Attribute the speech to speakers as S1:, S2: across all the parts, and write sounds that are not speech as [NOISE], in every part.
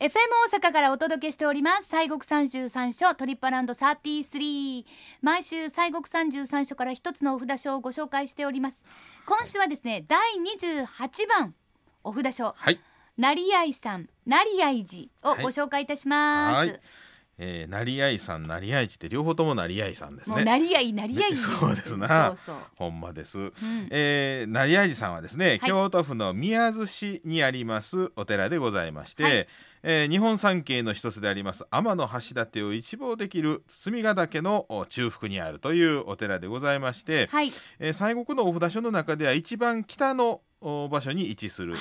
S1: FM 大阪からお届けしております西国三十三所トリップアラウンド33毎週西国三十三所から一つのお札書をご紹介しております今週はですね、第28番お札書
S2: はい、
S1: 成合さん成合寺を
S2: はい
S1: ご紹介いたします、
S2: はいえー、成合さん成合地って両方とも成合さんです
S1: もう
S2: ね
S1: 成合成合
S2: ね
S1: 寺
S2: [LAUGHS] そうですな
S1: そうそう
S2: ほんまです、
S1: うん
S2: えー、成合寺さんはですね、京都府の宮津市にありますお寺でございまして、
S1: はい
S2: えー日本三景の一つであります天の橋立を一望できる包ヶ岳のお中腹にあるというお寺でございまして、
S1: はい、
S2: えー、西国のお札所の中では一番北のお場所に位置する。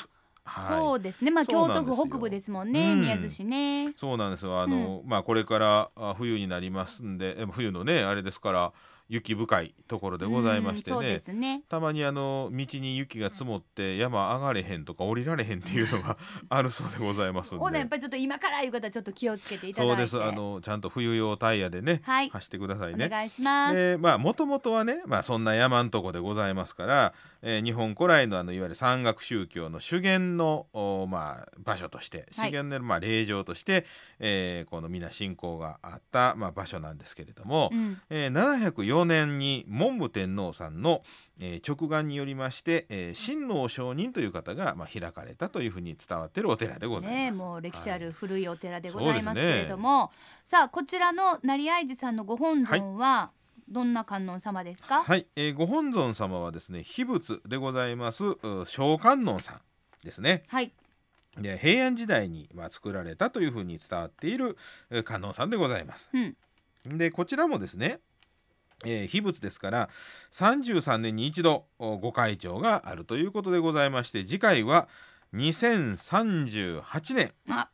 S2: はい、
S1: そうですねまあ
S2: そ
S1: 京
S2: うな
S1: 都
S2: んですよ
S1: 府北部ですもんね、
S2: うん
S1: 宮津市ね
S2: そうなんですよ。あの、まあこれからあ冬になりますんで、え冬のねあれですから雪深いところでございまして
S1: うんそう
S2: ね
S1: で。すね
S2: たまにあの道に雪が積もって山上がれへんとか降りられへんっていう
S1: [LAUGHS]
S2: のがあるそうでございますん
S1: ほなやっ
S2: で。
S1: ぱりちょっと今からいう方はちょっと気をつけていただ
S2: そ
S1: いうて
S2: です。あのちゃんと冬用タイヤでね、
S1: はい
S2: 走ってください
S1: お
S2: ね。
S1: 願いします、
S2: でまあもともとはね、まあ、そんな山んとこでございますから、えー日本古来のあのいわゆる山岳宗教の主源の、おまあ、場所として主
S1: はい
S2: 源の、まあ、霊場として、えーこの皆信仰があった、まあ、場所なんですけれども、
S1: うん
S2: えー704年に文武天皇さんの、えー直眼によりまして、えー親王上人という方が、まあ、開かれたというふうに伝わっているお寺でございます。
S1: ねえもう歴史あ
S2: は
S1: る
S2: い
S1: 古いお寺でございますけれども、さあこちらの成合寺さんのご本尊はどんな観音様ですか、
S2: はい、えーご本尊様はですね秘仏でございますう小観音さんですね
S1: はい、
S2: で平安時代に、まあ、作られたというふうに伝わっているえー観音さんでございます。
S1: うん、
S2: でこちらもですね、えー秘仏ですから33年に一度おご開帳があるということでございまして次回は2038年。
S1: あ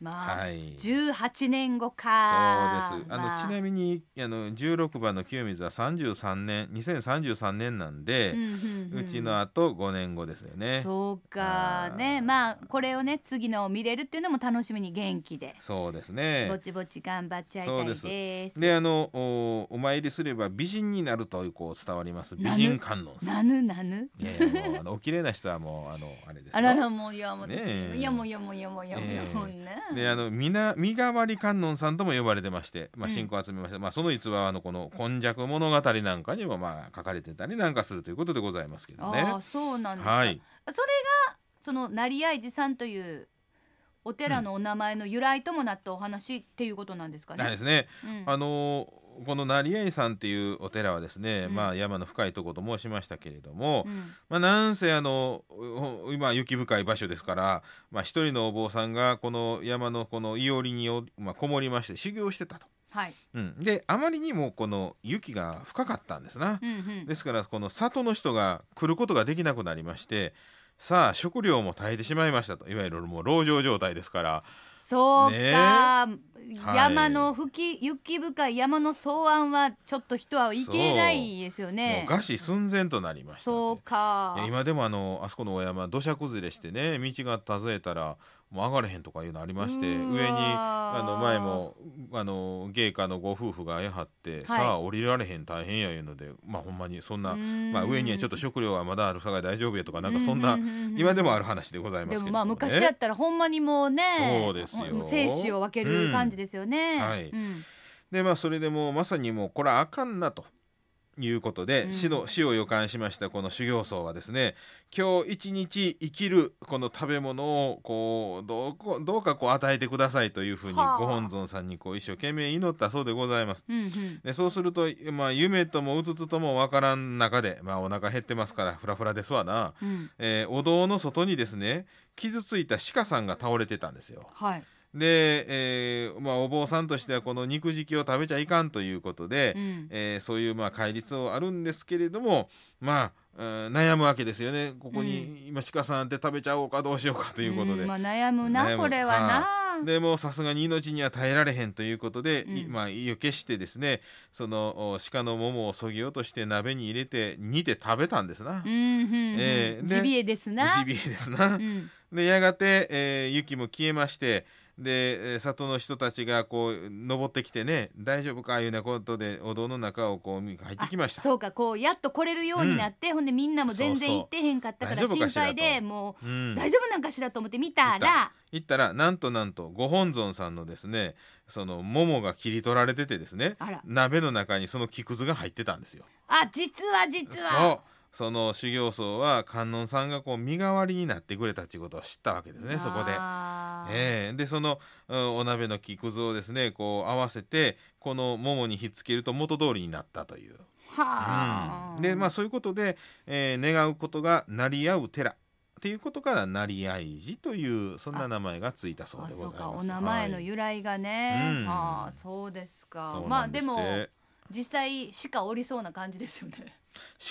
S1: まあ、
S2: はい
S1: 18年後か
S2: そうです。あの、
S1: ま
S2: ちなみにあの16番の清水は33年2033年なんで、
S1: うん
S2: う
S1: うんうん
S2: ちのあと5年後ですよね。
S1: そうかね
S2: あー
S1: まあこれをね次のを見れるっていうのも楽しみに元気で、
S2: そうですね。
S1: ぼちぼち頑張っちゃいたいです
S2: そうであのおお参りすれば美人になるというこう伝わります美
S1: なぬ
S2: 人観音さん。
S1: なぬなぬ
S2: いやいやもう
S1: [LAUGHS]
S2: あのお綺麗な人はもうあのあれですよ。
S1: あららもういやもう私、
S2: ねえ
S1: いやもういやもういやもういやもういやもう
S2: え
S1: ね
S2: であのみな身代わり観音さんとも呼ばれてまして、まあ、
S1: うん
S2: 信仰を集めまして、まあ、その逸話はあのこの「今昔物語」なんかにもまあ書かれてたりなんかするということでございますけどね。
S1: ああそうなんですか、
S2: はい、
S1: それがその成合寺さんというお寺のお名前の由来ともなったお話っていうことなんですか
S2: だからで
S1: ね。
S2: すね
S1: うん
S2: あのーこの成合さんっていうお寺はですね、
S1: うん
S2: まあ、山の深いところと申しましたけれども、
S1: うん
S2: まあ、なんせあのお今雪深い場所ですから、まあ、一人のお坊さんがこの山のこのいおりにお、まあ、こもりまして修行してたと。
S1: はい。
S2: うん、であまりにもこの雪が深かったんですな
S1: う。んうん
S2: ですからこの里の人が来ることができなくなりましてさあ食料も絶えてしまいましたといわゆるもう籠城状態ですから
S1: そう
S2: ねえ
S1: か、山の吹き雪深い山の草案はちょっと人はいけないですよ
S2: も
S1: ね
S2: う。餓死寸前となりました
S1: そう
S2: い
S1: か
S2: や。今でもあのあそこのお山土砂崩れしてね道が数えたらもう上がれへんとかいうのありまして上
S1: うわ
S2: にあの前もあの芸家のご夫婦がやはって、さあ降りられへん大変やいうのでまあほんまにそんな、まあ、上にはちょっと食料はまだあるさが大丈夫やとかなんかそんな、今でもある話でございま
S1: で
S2: すけれど
S1: も
S2: も、ね。
S1: まあ昔やったらほんまにもうね
S2: そうですよ
S1: 生死を分ける感じですよね。
S2: うんはい
S1: うん
S2: でまあそれでもうまさにもうこれはあかんなということで、
S1: うん
S2: 死の死を予感しましたこの修行僧はですね今日一日生きるこの食べ物をこうどうこどうかこう与えてくださいというふうにご
S1: はあ
S2: 本尊さんにこう一生懸命祈ったそうでございます。
S1: うんうん
S2: でそうすると、まあ、夢ともうつつともわからん中で、まあ、お腹減ってますからフラフラですわな、
S1: うん
S2: えーお堂の外にですね傷ついた鹿さんが倒れてたんですよ。
S1: はい。
S2: で、えーまあ、お坊さんとしてはこの肉食を食べちゃいかんということで、
S1: うん
S2: えーそういうまあ戒律はあるんですけれどもまあ、うん悩むわけですよねここに今鹿さんって食べちゃおうかどうしようかということで。
S1: んまあ、悩むな
S2: 悩む
S1: これはな。
S2: でもうさすがに命には耐えられへんということで、い
S1: うん
S2: まあ、意を決してですねそのお鹿のももをそぎ落として鍋に入れて煮て食べたんです
S1: うんうん
S2: な
S1: うん
S2: えーで
S1: ジビエですな。
S2: ジビエですな、
S1: うん
S2: でやがて、えー雪も消えましてでえー里の人たちがこう登ってきてね大丈夫かいうようなことでお堂の中をこう入ってきました。
S1: そうかこうやっと来れるようになって、ほんでみんなも全然行ってへんかったから
S2: そうそう
S1: 心
S2: 大丈夫かしら
S1: 配で
S2: と
S1: も
S2: う
S1: うん大丈夫なんかしらと思って見たら、
S2: 行ったらなんとなんとご本尊さんのですねその桃が切り取られててですね
S1: あら
S2: 鍋の中にその木くずが入ってたんですよ。
S1: あ実は実
S2: そう
S1: は
S2: その修行僧は観音さんがこう身代わりになってくれたっていうことを知ったわけですねそこで。
S1: あー
S2: ええでそのうんお鍋の木くずをですねこう合わせてこの桃にひっつけると元通りになったという。
S1: はあ、
S2: でまあそういうことで、えー願うことがなり合う寺っていうことからなり合い寺というそんな名前がついたそう
S1: あ
S2: で
S1: そ
S2: ご
S1: う
S2: ざい
S1: か
S2: ま
S1: お
S2: す。
S1: 名前の
S2: はい
S1: 由来がね、
S2: うん
S1: ああそうですか
S2: そう
S1: ま
S2: な
S1: あ
S2: ん
S1: です
S2: って
S1: も実際しかおりそうな感じですよね、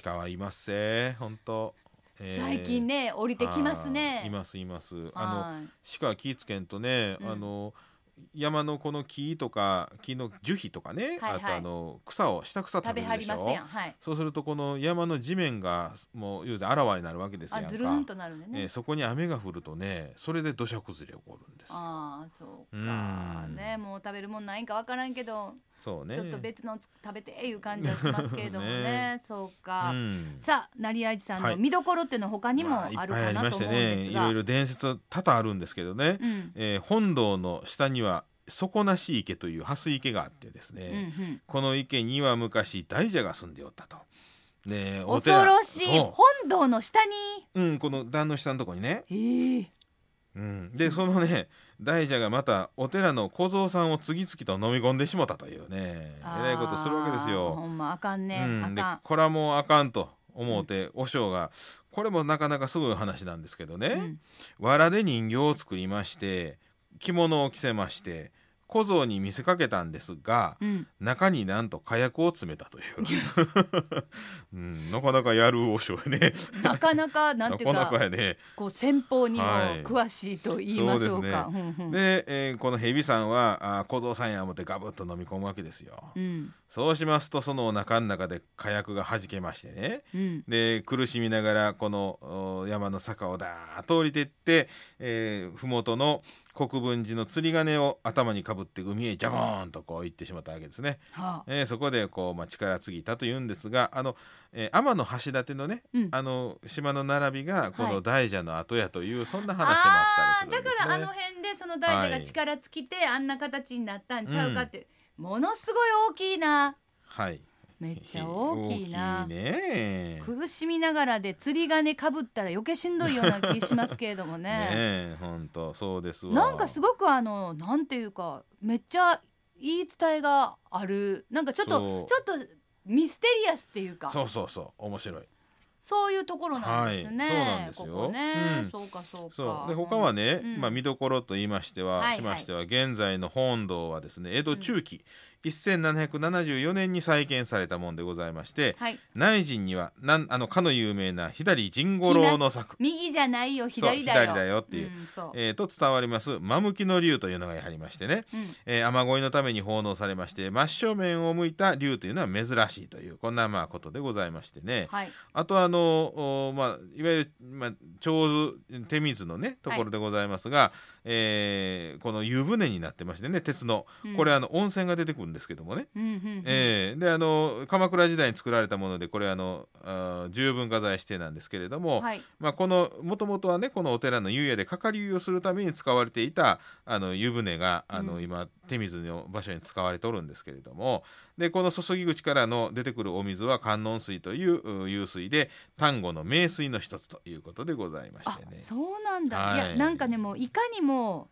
S2: 鹿はいますせ本当。えー
S1: 最近ね降りてきますね
S2: はいいますいます。あの
S1: はい
S2: 鹿は気ぃつけんとね、
S1: うん
S2: あの山のこの木とか木の樹皮とかね、
S1: はいはい
S2: あとあの草を下草食
S1: 食べ
S2: べる
S1: は
S2: で
S1: り
S2: し
S1: ます
S2: ょ
S1: やん。はい
S2: そうするとこの山の地面がもう言うてあらわになるわけですや
S1: あ
S2: んか。
S1: ずるんとなるんでね
S2: ね、そこに雨が降るとねそれで土砂崩れ起こるんですよ
S1: ああそうか
S2: うん
S1: ねもう食べるもんないんかわからんけど、
S2: そうね
S1: ちょっと別のつ食べていう感じはしますけれども
S2: [LAUGHS]
S1: ねそうか、
S2: うん
S1: さあ成合さん
S2: は
S1: の
S2: い
S1: 見どころっていうのは他にも
S2: ま
S1: あるかなと思うん
S2: いっぱいあり
S1: で
S2: まして
S1: す
S2: ねい
S1: が、
S2: ろいろ伝説多々あるんですけどね、
S1: うん
S2: えー本堂の下には底なし池という蓮池があってです
S1: うんう
S2: ね、
S1: ん
S2: この池には昔大蛇が住んでおったと。ね、お寺
S1: 恐ろしい本
S2: そ
S1: 堂の下に、
S2: う、うん、この壇の下のとこにね、
S1: ええ
S2: うん、でそのね大蛇がまたお寺の小僧さんを次々と飲み込んでしもたというねえらいことするわけです
S1: あー
S2: よ。
S1: ほんまあかんね、
S2: うん、で
S1: あ
S2: これはもうあかんと思うて、和尚がこれもなかなかすごい話なんですけどね、
S1: かん。うん
S2: 藁で人形を作りまして着物を着せまして小僧に見せかけたんですが
S1: うん、
S2: 中になんと火薬を詰めた
S1: [LAUGHS]
S2: という、うん、なかなかやる和尚やね
S1: なかなかな
S2: なん
S1: てい
S2: か
S1: う
S2: な
S1: か
S2: かやね。
S1: こう戦法にも
S2: はい
S1: 詳しいと言いましょうか。
S2: そう
S1: うんうん
S2: で、えーこの蛇さんはあー小僧さんや思ってガブッと飲み込むわけですよ。
S1: うん
S2: そうしますとそのお腹の中で火薬が弾けましてね、
S1: うん
S2: で苦しみながらこのお山の坂をだーっと降りてって、えー、麓の国分寺の釣り鐘を頭にかぶって海へジャボーンとこう行ってしまったわけですね、
S1: はあ
S2: えーそこでこう、まあ、力尽きたというんですがあの、えー天の橋立のね、
S1: うん
S2: あの島の並びがこ
S1: はい
S2: の大蛇の跡やという、そんな話もあ
S1: あ
S2: った
S1: ー
S2: り
S1: だ
S2: するんです
S1: か
S2: ね。
S1: らあの辺でその大蛇が力尽きてあんな形になったんちゃうかって、ものすごい大きいな
S2: はい
S1: めっちゃ大きいな
S2: 大きいね
S1: 苦しみながらで釣り鐘かぶったら余計しんどいような気しますけれども
S2: ねえ本当そうですわ
S1: なんかすごくあのなんていうかめっちゃ言い伝えがあるなんかちょっ
S2: そ
S1: と
S2: う
S1: ちょっとミステリアスっていうかそ
S2: そううそうそう面白い
S1: いうところなんですね、
S2: はいそうなんですよ
S1: ここね、
S2: うん
S1: そうかそうか
S2: そうで他はね、
S1: うん
S2: まあ、見どころと言いましては、
S1: はいはい
S2: しましては現在の本堂はですね江戸中期、1774年に再建されたもんでございまして
S1: はい
S2: 内陣にはなんあのかの有名な左甚五郎の作
S1: 右じゃないよ左だよ
S2: そう左だよっていうん
S1: そう、
S2: えーと伝わります「間向きの竜」というのがやはりましてね、
S1: うん
S2: えー雨乞いのために奉納されまして真正面を向いた竜というのは珍しいというこんなまあことでございましてね、
S1: はい
S2: あとあの、おまあ、いわゆる、まあ、長寿手水のねところでございますが、えーこの湯船になってましてね鉄の、
S1: うん
S2: これあの温泉が出てくるんですけどもね、
S1: うんうんうん
S2: えーであの鎌倉時代に作られたものでこれあのあー重文化財指定なんですけれども、
S1: はい
S2: まあ、このもともとはねこのお寺の湯屋でかかり湯をするために使われていたあの湯船があの、
S1: うん
S2: 今手水の場所に使われておるんですけれどもでこの注ぎ口からの出てくるお水は観音水というう湧水で丹後の名水の一つということでございまし
S1: あ
S2: てね。
S1: そうなんだ、
S2: はい
S1: い、やなんかねもういかにも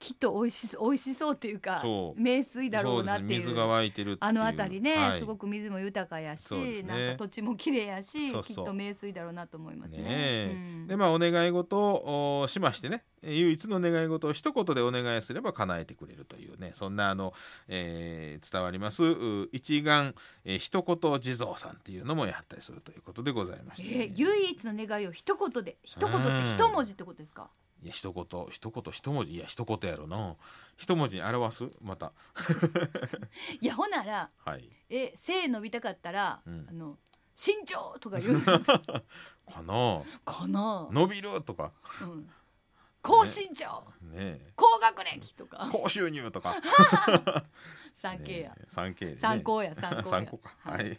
S1: きっと美味しそう美味しそうっていうか
S2: そう
S1: 名水だろうなっ
S2: そ
S1: て
S2: で
S1: い
S2: す
S1: う
S2: 水が湧いてるっていう
S1: あの辺りね、
S2: はい
S1: すごく水も豊かやし、
S2: そうですね
S1: なんか土地も綺麗やし
S2: そうそう
S1: きっと名水だろうなと思いますね。
S2: ねえ
S1: うん
S2: でまあお願い事をおしましてねえー唯一の願い事を一言でお願いすれば叶えてくれるというねそんなあの、えー伝わりますう一眼、えー一言地蔵さんっていうのもやったりするということでございまして、
S1: えー唯一の願いを一言で一言って一文字ってことですか、
S2: いや一言一言一文字いや一言やろな一文字に表すまた
S1: いやほなら
S2: はい
S1: え背伸びたかったら、
S2: うん
S1: あの身長とか言う
S2: かな
S1: [LAUGHS] かな、
S2: 伸びるとか
S1: うん高身長、
S2: ね
S1: 高学歴とか
S2: 高収入とか
S1: 産経や、
S2: 三 K
S1: 参考や参考や
S2: 三個か
S1: は
S2: はいい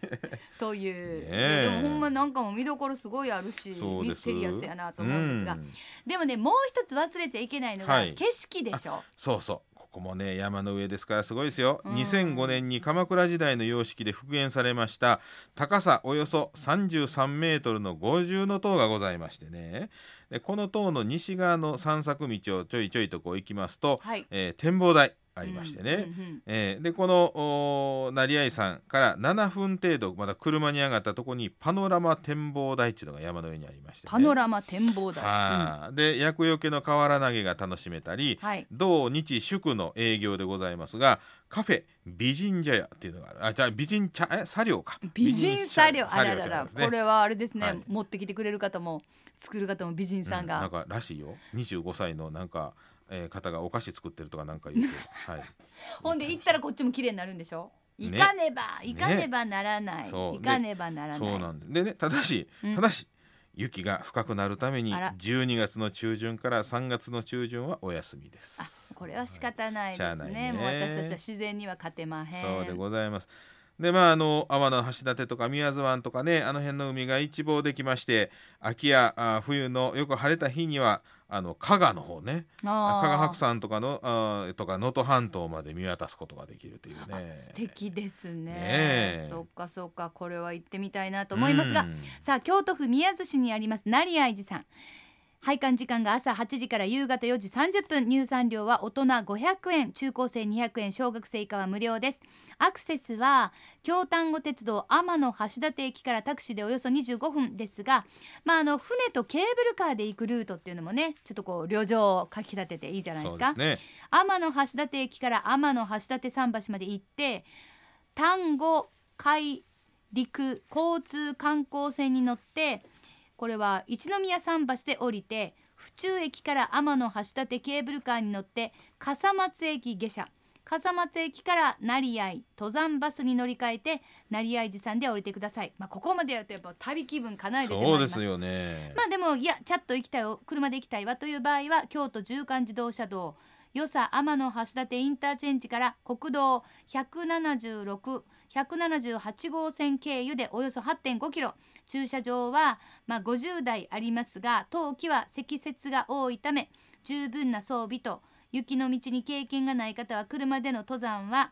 S1: という、
S2: ねえ
S1: でもほんまなんかも見どころすごいあるし
S2: そう
S1: ミ
S2: で
S1: ス
S2: す
S1: テリアスやなと思うんですが、
S2: ん
S1: でもねもう一つ忘れちゃいけないのが、
S2: はい
S1: 景色でしょ
S2: そうそうここもね山の上ですからすごいですよ、
S1: うん
S2: 2005年に鎌倉時代の様式で復元されました高さおよそ33メートルの五重の塔がございましてねでこの塔の西側の散策道をちょいちょいとこう行きますと、
S1: はい
S2: えー展望台ありましてね、
S1: うんうん
S2: えーでこのおー成合山から7分程度まだ車に上がったとこにパノラマ展望台っていうのが山の上にありまして、ね、
S1: パノラマ展望台、
S2: はいで厄除けの瓦投げが楽しめたり、
S1: うんはい
S2: 同日祝の営業でございますがカフェ美人茶屋っていうのがあるあじゃあ美人茶え茶寮か
S1: 美人茶寮あ
S2: 茶
S1: ら
S2: 寮
S1: ら
S2: 茶屋
S1: ら、
S2: ですね
S1: これはあれですね、
S2: はい
S1: 持ってきてくれる方も作る方も美人さん
S2: うな
S1: が
S2: ん、からしいよ25歳のなんか、えー方がお菓子作ってるとかなんか言うて、
S1: [LAUGHS]
S2: はい、
S1: ほんで行ったらこっちも綺麗になるんでしょ行
S2: ね
S1: かねば行かねばならない、
S2: そう
S1: 行かねばならない
S2: そうなんででねただし
S1: うん
S2: ただし、雪が深くなるために
S1: あら
S2: 12月の中旬から3月の中旬はお休みです
S1: あこれは仕方ないで
S2: しゃあ
S1: す
S2: な
S1: ね
S2: いね
S1: もう私たちは自然には勝てまへん
S2: そうでございます。でまああの天橋立とか宮津湾とかねあの辺の海が一望できまして秋やあ冬のよく晴れた日にはあの加賀の方ね
S1: あー
S2: 加賀白山とかのあーとか能登半島まで見渡すことができるというね。
S1: 素敵ですね
S2: ねえ
S1: そっかそっかこれは行ってみたいなと思いますが、
S2: うん
S1: さあ京都府宮津市にあります成合寺さん配管時間が朝8時から夕方4時30分入山料は大人500円中高生200円小学生以下は無料ですアクセスは京丹後鉄道天橋立駅からタクシーでおよそ25分ですが、まあ、あの船とケーブルカーで行くルートっていうのもねちょっとこう旅情をかき立てていいじゃないで
S2: そ
S1: す
S2: う
S1: か
S2: ですね。
S1: 天橋立駅から天橋立桟橋まで行って丹後海陸交通観光船に乗ってこれは一宮桟橋で降りて府中駅から天橋立ケーブルカーに乗って笠松駅下車笠松駅から成合登山バスに乗り換えて成合寺さんで降りてください、まあ、ここまでやるとやっぱ旅気分かなり出てまいり
S2: そう
S1: ま
S2: ですすよね。
S1: まあでもいやチャット行きたいわ車で行きたいわという場合は京都縦貫自動車道与謝天橋立インターチェンジから国道176178号線経由でおよそ8.5キロ駐車場はまあ50台ありますが冬季は積雪が多いため十分な装備と雪の道に経験がない方は車での登山は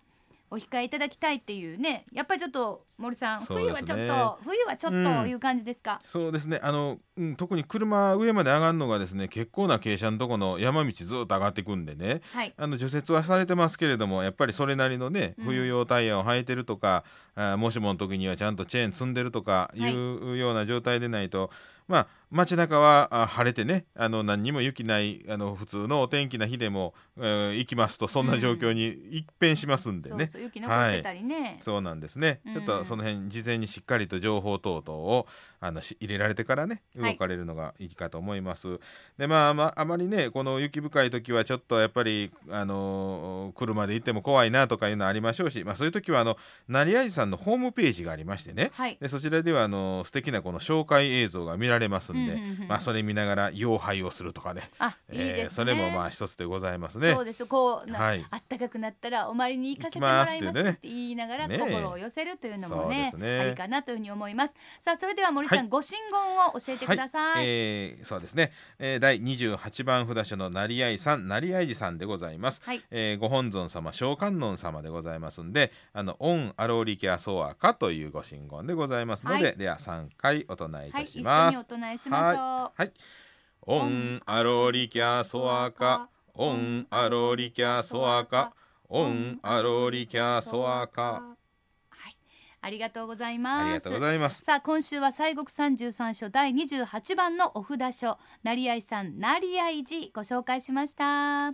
S1: お控えいただきたいっていうねやっぱりちょっと森さん、
S2: そう
S1: 冬
S2: で
S1: は
S2: す
S1: ちょっ
S2: ね
S1: と冬はちょっ
S2: うん
S1: という感じですか、
S2: そうですねあの、うん、特に車上まで上がるのがですね結構な傾斜のとこの山道ずっと上がってくんでね、
S1: はい
S2: あの除雪はされてますけれどもやっぱりそれなりのね
S1: うん
S2: 冬用タイヤを履いてるとか、あーもしもの時にはちゃんとチェーン積んでるとかい
S1: はいう
S2: ような状態でないと、まあ街中はあー晴れてねあの何にも雪ないあの普通のお天気な日でも、えー行きますとそんな状況に一変しますんでね。
S1: そうそう雪残ってたりね、
S2: そうなんですね、
S1: うん
S2: ちょっとその辺事前にしっかりと情報等々をあのし入れられてからね
S1: はい
S2: 動かれるのがいいかと思います、でまあまあまりねこの雪深い時はちょっとやっぱりあのー車で行っても怖いなとかいうのありましょうし、まあ、そういう時はあの成合さんのホームページがありましてね
S1: はい。
S2: でそちらではあのー素敵なこの紹介映像が見られますんで、
S1: うんうんうん
S2: まあ、それ見ながら妖拝をするとかね
S1: あ、いいですね。
S2: えーそれもまあ一つでございますね
S1: そう。です。こう、な
S2: はい
S1: あったかくなったらお参りに行かせてもらい
S2: 行
S1: ま
S2: きますすって
S1: っ
S2: ね
S1: て言いながら
S2: ねえ
S1: 心を寄せるというのもね
S2: そうですね
S1: ありかなというふうに思います。さあそれでは森さん、
S2: はい
S1: ご神言を教えてください。
S2: はいえーそうですね、えー、第28番札所の成合さん成合寺さんでございます、
S1: はい
S2: えーご本尊様小観音様でございますんで「あのオンアローリキャソアカ」というご神言でございますので、
S1: はい
S2: では3回お唱えい
S1: はい、
S2: たし
S1: 一
S2: ま
S1: 緒に
S2: す。
S1: お唱えしましょう。
S2: はい、はいオンアローリキャソアカオンアローリキャソアカオンアローリキャソアカ。
S1: はい、ありがとうござい
S2: あ
S1: ます。
S2: りがとうございます。
S1: さあ今週は西国三十三所第二十八番のお札書成合さん成合寺ご紹介しました。